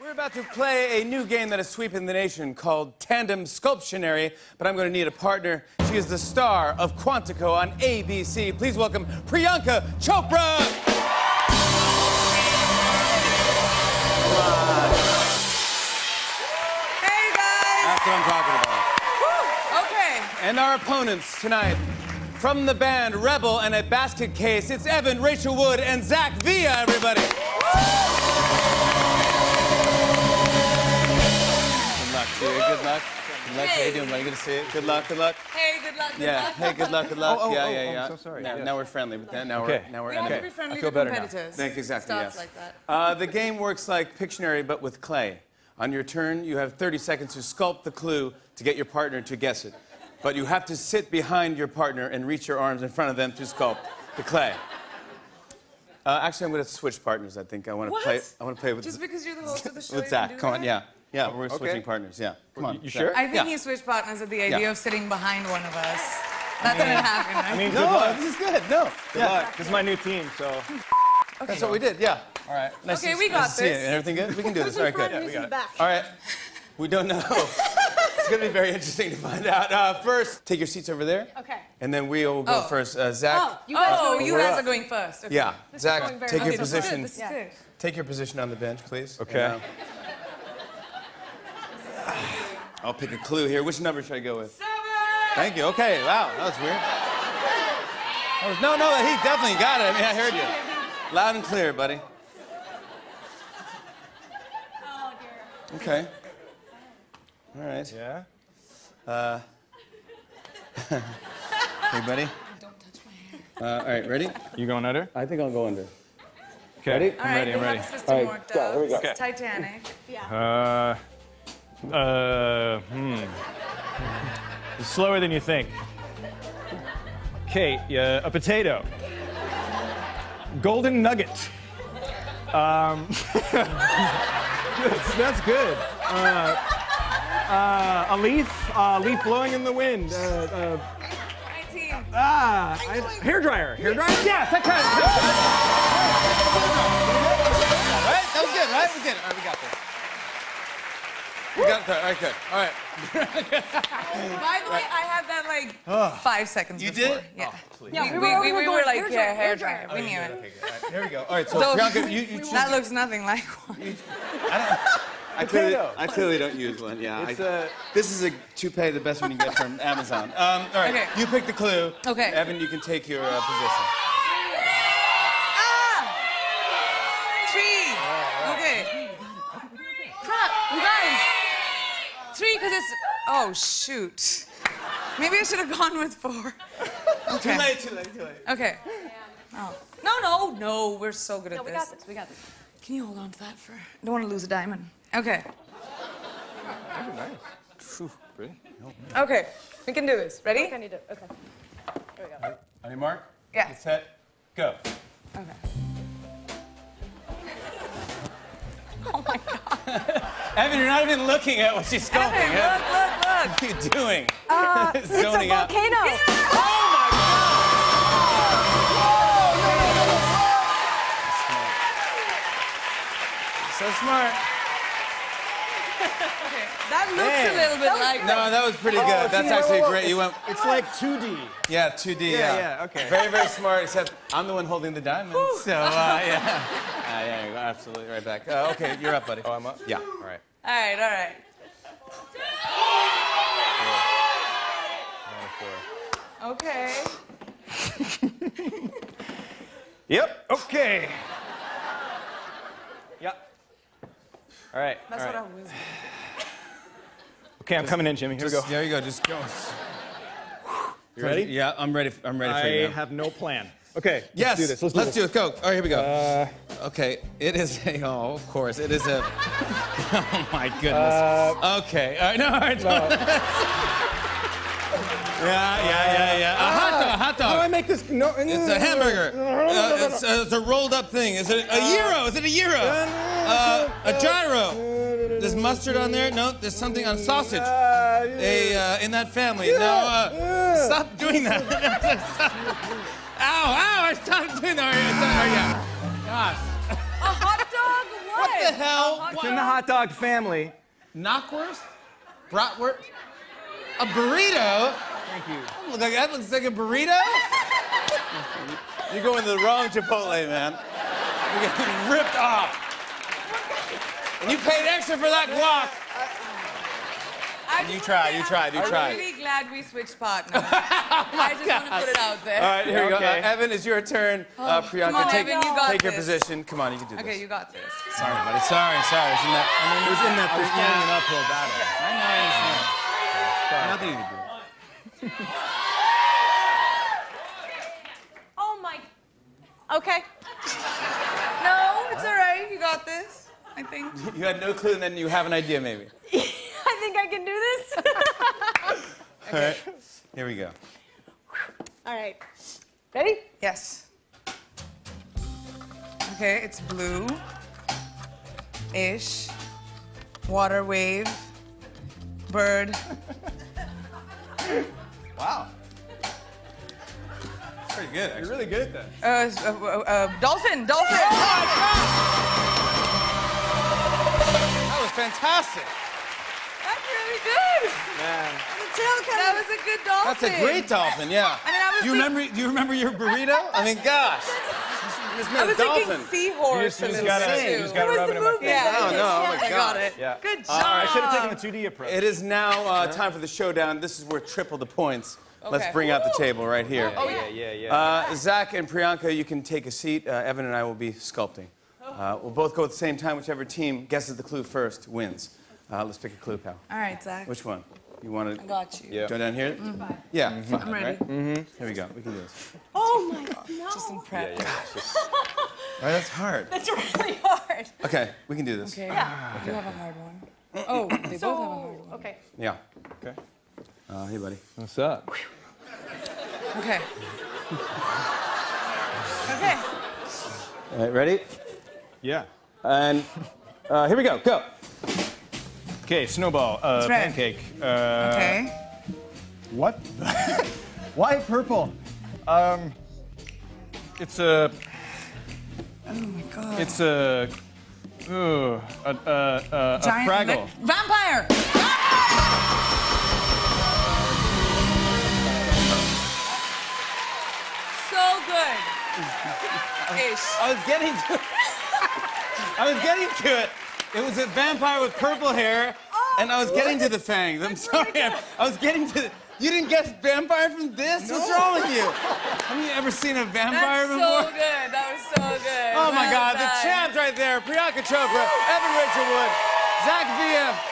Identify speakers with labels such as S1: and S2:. S1: We're about to play a new game that is sweeping the nation called Tandem Sculptionary, but I'm going to need a partner. She is the star of Quantico on ABC. Please welcome Priyanka Chopra.
S2: Hey guys!
S1: That's what I'm talking about.
S2: Woo! Okay.
S1: And our opponents tonight, from the band Rebel and a Basket Case, it's Evan, Rachel Wood, and Zach Villa, everybody. Good luck, dude. Good luck. Good luck. How you doing, buddy? Good to see you. Good luck. Good luck.
S2: Hey, good luck. Good
S1: Yeah.
S2: Luck.
S1: Hey, good luck. Good luck.
S3: Oh, oh,
S1: yeah,
S3: oh,
S1: yeah,
S3: oh, I'm
S1: yeah.
S3: so sorry.
S1: Now,
S3: Yes.
S1: now we're friendly, but then now
S3: Okay.
S1: we're now we're
S2: We don't have to
S1: enemies.
S2: be friendly
S3: I
S2: to
S3: feel better now.
S2: competitors.
S1: Thank you, exactly.
S2: Starts
S1: yes.
S2: like that.
S1: Uh, the game works like Pictionary, but with clay. On your turn, you have 30 seconds to sculpt the clue to get your partner to guess it. But you have to sit behind your partner and reach your arms in front of them to sculpt the clay. Uh, actually, I'm going to switch partners. I think I want to
S2: What?
S1: play. I want to play with
S2: Just because you're the host of the show. you
S1: with
S2: can
S1: Zach.
S2: do
S1: Come on,
S2: that?
S1: yeah, yeah. We're
S3: okay.
S1: switching partners. Yeah, come on.
S3: you
S1: Zach.
S3: sure?
S2: I think
S1: Yeah.
S2: he switched partners at the idea
S1: Yeah.
S2: of sitting behind one of us. That didn't happen, right?
S1: No, this is good. No, yeah.
S3: This is my new team, so.
S1: that's what we did. Yeah. All right. Nice
S2: Okay,
S1: to,
S2: we
S1: nice
S2: got
S1: to see you.
S2: this.
S1: Everything good? We can do this. All right, good.
S4: Who's in the back?
S1: All right. We don't know. it's going to be very interesting to find out. Uh, first, take your seats over there.
S4: Okay.
S1: And then we'll go
S2: Oh.
S1: first. Uh, Zach.
S4: Oh, you guys
S2: oh,
S4: are
S2: you
S4: going
S2: guys
S4: first.
S2: are going first. Okay.
S1: yeah.
S4: This is going
S1: Zach,
S4: very
S1: take
S4: well
S1: your
S4: so
S2: This is
S1: position.
S2: good. This is
S4: Yeah.
S2: good.
S1: Take your position on the bench, please.
S3: Okay.
S1: And, uh, I'll pick a clue here. Which number should I go with?
S2: Seven!
S1: Thank you. Okay. Wow. That was weird. That was- no, no. He definitely got it. I mean, I heard you. Loud and clear, buddy.
S4: Oh dear.
S1: Okay. All right. Uh,
S3: Yeah?
S1: Hey, buddy. Uh, all right, ready?
S3: You going under?
S1: I think I'll go under.
S3: Okay.
S1: Ready?
S2: All
S3: I'm ready,
S2: right,
S3: I'm
S2: we
S3: ready.
S2: have the system
S1: All right,
S2: worked
S1: go,
S2: out.
S1: here we go.
S2: It's Titanic.
S4: Yeah.
S3: Uh, uh, hmm. It's slower than you think. Kate, yeah, a potato. Golden nugget. Um, that's, that's good. Uh, uh, a leaf, uh, leaf blowing in the wind. Uh, uh,
S2: My team.
S3: Ah, I, hair dryer. Hair dryer. Yes, that kind of.
S1: All right, that was good, right? We did it. All right, we got this. We got that. All right, good. All right.
S2: By the way, I had that like five seconds
S1: Ah. You
S2: before.
S1: did? Oh,
S2: Yeah.
S4: Yeah,
S2: We, we, we, we were like, yeah,
S4: hair
S2: hairdryer. We knew it.
S1: Okay, good. All right, here we go. All right, so
S2: So-
S1: Priyanka, you, you choose.
S2: That looks nothing like one.
S1: I clearly, I clearly don't use one, yeah. I- this is a toupee, the best one you get from Amazon. Um, all right,
S2: Okay.
S1: you pick the clue.
S2: Okay.
S1: Evan, you can take your uh, position.
S2: Ah! Three.
S1: Oh,
S2: Okay. Crap, you guys. Three, because it's. Oh, shoot. Maybe I should have gone with four. Okay.
S1: too late, too late.
S2: Okay. Oh. No, no, no, we're so good at
S4: No, we
S2: this.
S4: got this. We got this.
S2: Can you hold on to that for. I don't want to lose a diamond. Okay. Okay, we can do this. Ready?
S4: I need to. Okay.
S1: On your mark?
S2: Yeah.
S1: Get set, go.
S2: Okay.
S1: Evan, you're not even looking at what she's sculpting.
S2: Evan,
S1: Evan.
S2: look, look, look.
S1: What are you doing?
S2: Uh,
S4: it's a
S1: Zoning out. Oh
S4: volcano.
S1: So smart.
S2: Okay. That looks
S1: Hey.
S2: a little bit like
S1: No, that was
S3: Oh,
S1: pretty good. That's actually great. You went,
S3: It's like 2D.
S1: yeah, 2D. Yeah,
S3: yeah, okay.
S1: Very, very smart. Except I'm the one holding the diamonds. So uh, yeah, uh, yeah, you're absolutely right back. Uh, okay, you're up, buddy. Oh, I'm up. Yeah. All right.
S2: All right, all right. Okay.
S3: Yep. Okay. Yep. All right.
S2: That's
S3: all right.
S2: what I was.
S3: Okay, I'm coming in, Jimmy. Here we go.
S1: Just- There you go. Just go. You
S3: ready?
S1: Yeah, I'm ready. f- I'm ready for you.
S3: I
S1: now.
S3: have no plan. Okay.
S1: yes.
S3: Let's do this. Uh,
S1: Let's, do it. Go. All right, here we go. okay, it is a. Oh, of course, it is a. oh my goodness.
S3: Uh,
S1: okay. All right. No. All right. yeah. Yeah. Yeah. Yeah. A hot dog. A hot dog.
S3: How do Uh, I make this? No.
S1: It's a hamburger. Uh, it's, uh, it's a rolled up thing. Is it a euro? Is it a euro? Uh, a gyro.
S3: Uh,
S1: There's mustard on there. No, there's something on sausage. A uh, in that family. No, uh, stop doing that. ow! Ow! I stopped doing that. All right, it's- all right, yeah. Gosh.
S2: A hot dog?
S1: What
S2: What?
S1: the hell?
S3: It's in the hot dog family.
S1: Knockwurst? Bratwurst? A burrito? Oh,
S3: Thank you.
S1: Look like that looks like a burrito. You're going to the wrong Chipotle, man. You're getting ripped off. And you paid extra for that guac.
S2: I just
S1: You
S2: wanna
S1: tried,
S2: say
S1: you
S2: I'm
S1: tried, you tried.
S2: I'm really glad we switched partners. I just want to put it out there.
S1: All right, here we go.
S3: Okay.
S1: Uh, Evan, it's your turn. uh, Priyanka,
S2: Oh, come on,
S1: take,
S2: Evan, you got
S1: take your
S2: this.
S1: position. Come on, you can do
S2: Okay,
S1: this.
S2: you got this.
S1: Sorry, buddy. Sorry, sorry. It's in that, it was in that
S3: I was
S1: thing. I know, I understand. Nothing you
S3: fighting an uphill battle.
S1: can do.
S4: Oh my. Okay.
S2: No, it's all right. You got this. I think.
S1: You had no clue, and then you have an idea, maybe.
S4: I think I can do this.
S1: Here we go.
S4: All right. Ready?
S2: Yes. Okay, it's blue. Ish. Water wave. Bird.
S1: Wow. Pretty good, actually. Oh,
S3: You're really good at that.
S2: Uh, s- uh, uh, uh, dolphin. Dolphin.
S1: That was fantastic.
S2: That's really good.
S3: Man.
S2: That was a good dolphin.
S1: That's a great dolphin, yeah.
S2: I mean, I was
S1: do you
S2: think-
S1: remember? Do you remember your burrito? I mean, gosh, you just made
S2: I
S1: a
S2: was
S1: dolphin.
S2: thinking seahorse
S3: You
S2: a
S3: just- you just
S2: little
S3: gotta-
S2: bit,
S1: you
S2: too.
S1: just gotta
S2: What was
S3: rub
S2: the
S3: it in my
S2: movement? Yeah,
S4: face. No, no, oh
S2: yeah, I
S4: my
S1: gosh.
S2: got it.
S3: Yeah.
S2: Good job.
S3: Uh, I should have taken the 2D approach.
S1: it is now uh, time for the showdown. This is where triple the points.
S2: Okay.
S1: Let's bring out the table right here.
S2: Oh,
S3: yeah,
S2: yeah.
S3: yeah, yeah.
S1: Uh, Zach and Priyanka, you can take a seat. Uh, Evan and I will be sculpting. Uh, we'll both go at the same time. Whichever team guesses the clue first wins. Uh, let's pick a clue, pal.
S2: All right, Zach.
S1: Which one? You want to
S2: I got you. Mm-hmm.
S3: Yeah.
S1: go down here? Yeah. fine,
S2: I'm ready.
S1: right? Mm-hmm. Here we go. We can do this.
S4: Oh my. No.
S2: Just in prep.
S1: All right, that's hard.
S4: That's really hard.
S1: Okay, we can do this.
S2: Okay.
S4: Yeah.
S2: You have a hard one. Oh, they both have a hard
S4: So.
S2: one.
S4: Okay.
S1: Yeah.
S3: Okay.
S1: Uh, hey, buddy.
S3: What's up?
S2: Okay. okay.
S1: All right, ready?
S3: Yeah.
S1: And uh, here we go. Go.
S3: Okay, snowball, uh,
S2: red.
S3: pancake. Uh,
S2: Okay.
S3: What? the- Why purple? Um, it's a,
S2: Oh my god.
S3: it's a, ooh, a, a, a, a fraggle.
S2: lick- Vampire! so good. Ish.
S1: I was getting to it. I was getting to it. It was a vampire with purple hair,
S2: Oh.
S1: and I was getting to the fangs. I'm sorry. I, I was getting to. The, you didn't guess vampire from this? What's wrong with you? Have you ever seen a vampire
S2: That's
S1: before?
S2: so good. That was so good.
S1: Oh my
S2: Well
S1: God, the
S2: done.
S1: champs right there. Priyanka Chopra, Evan Rachel Wood, Zach Via,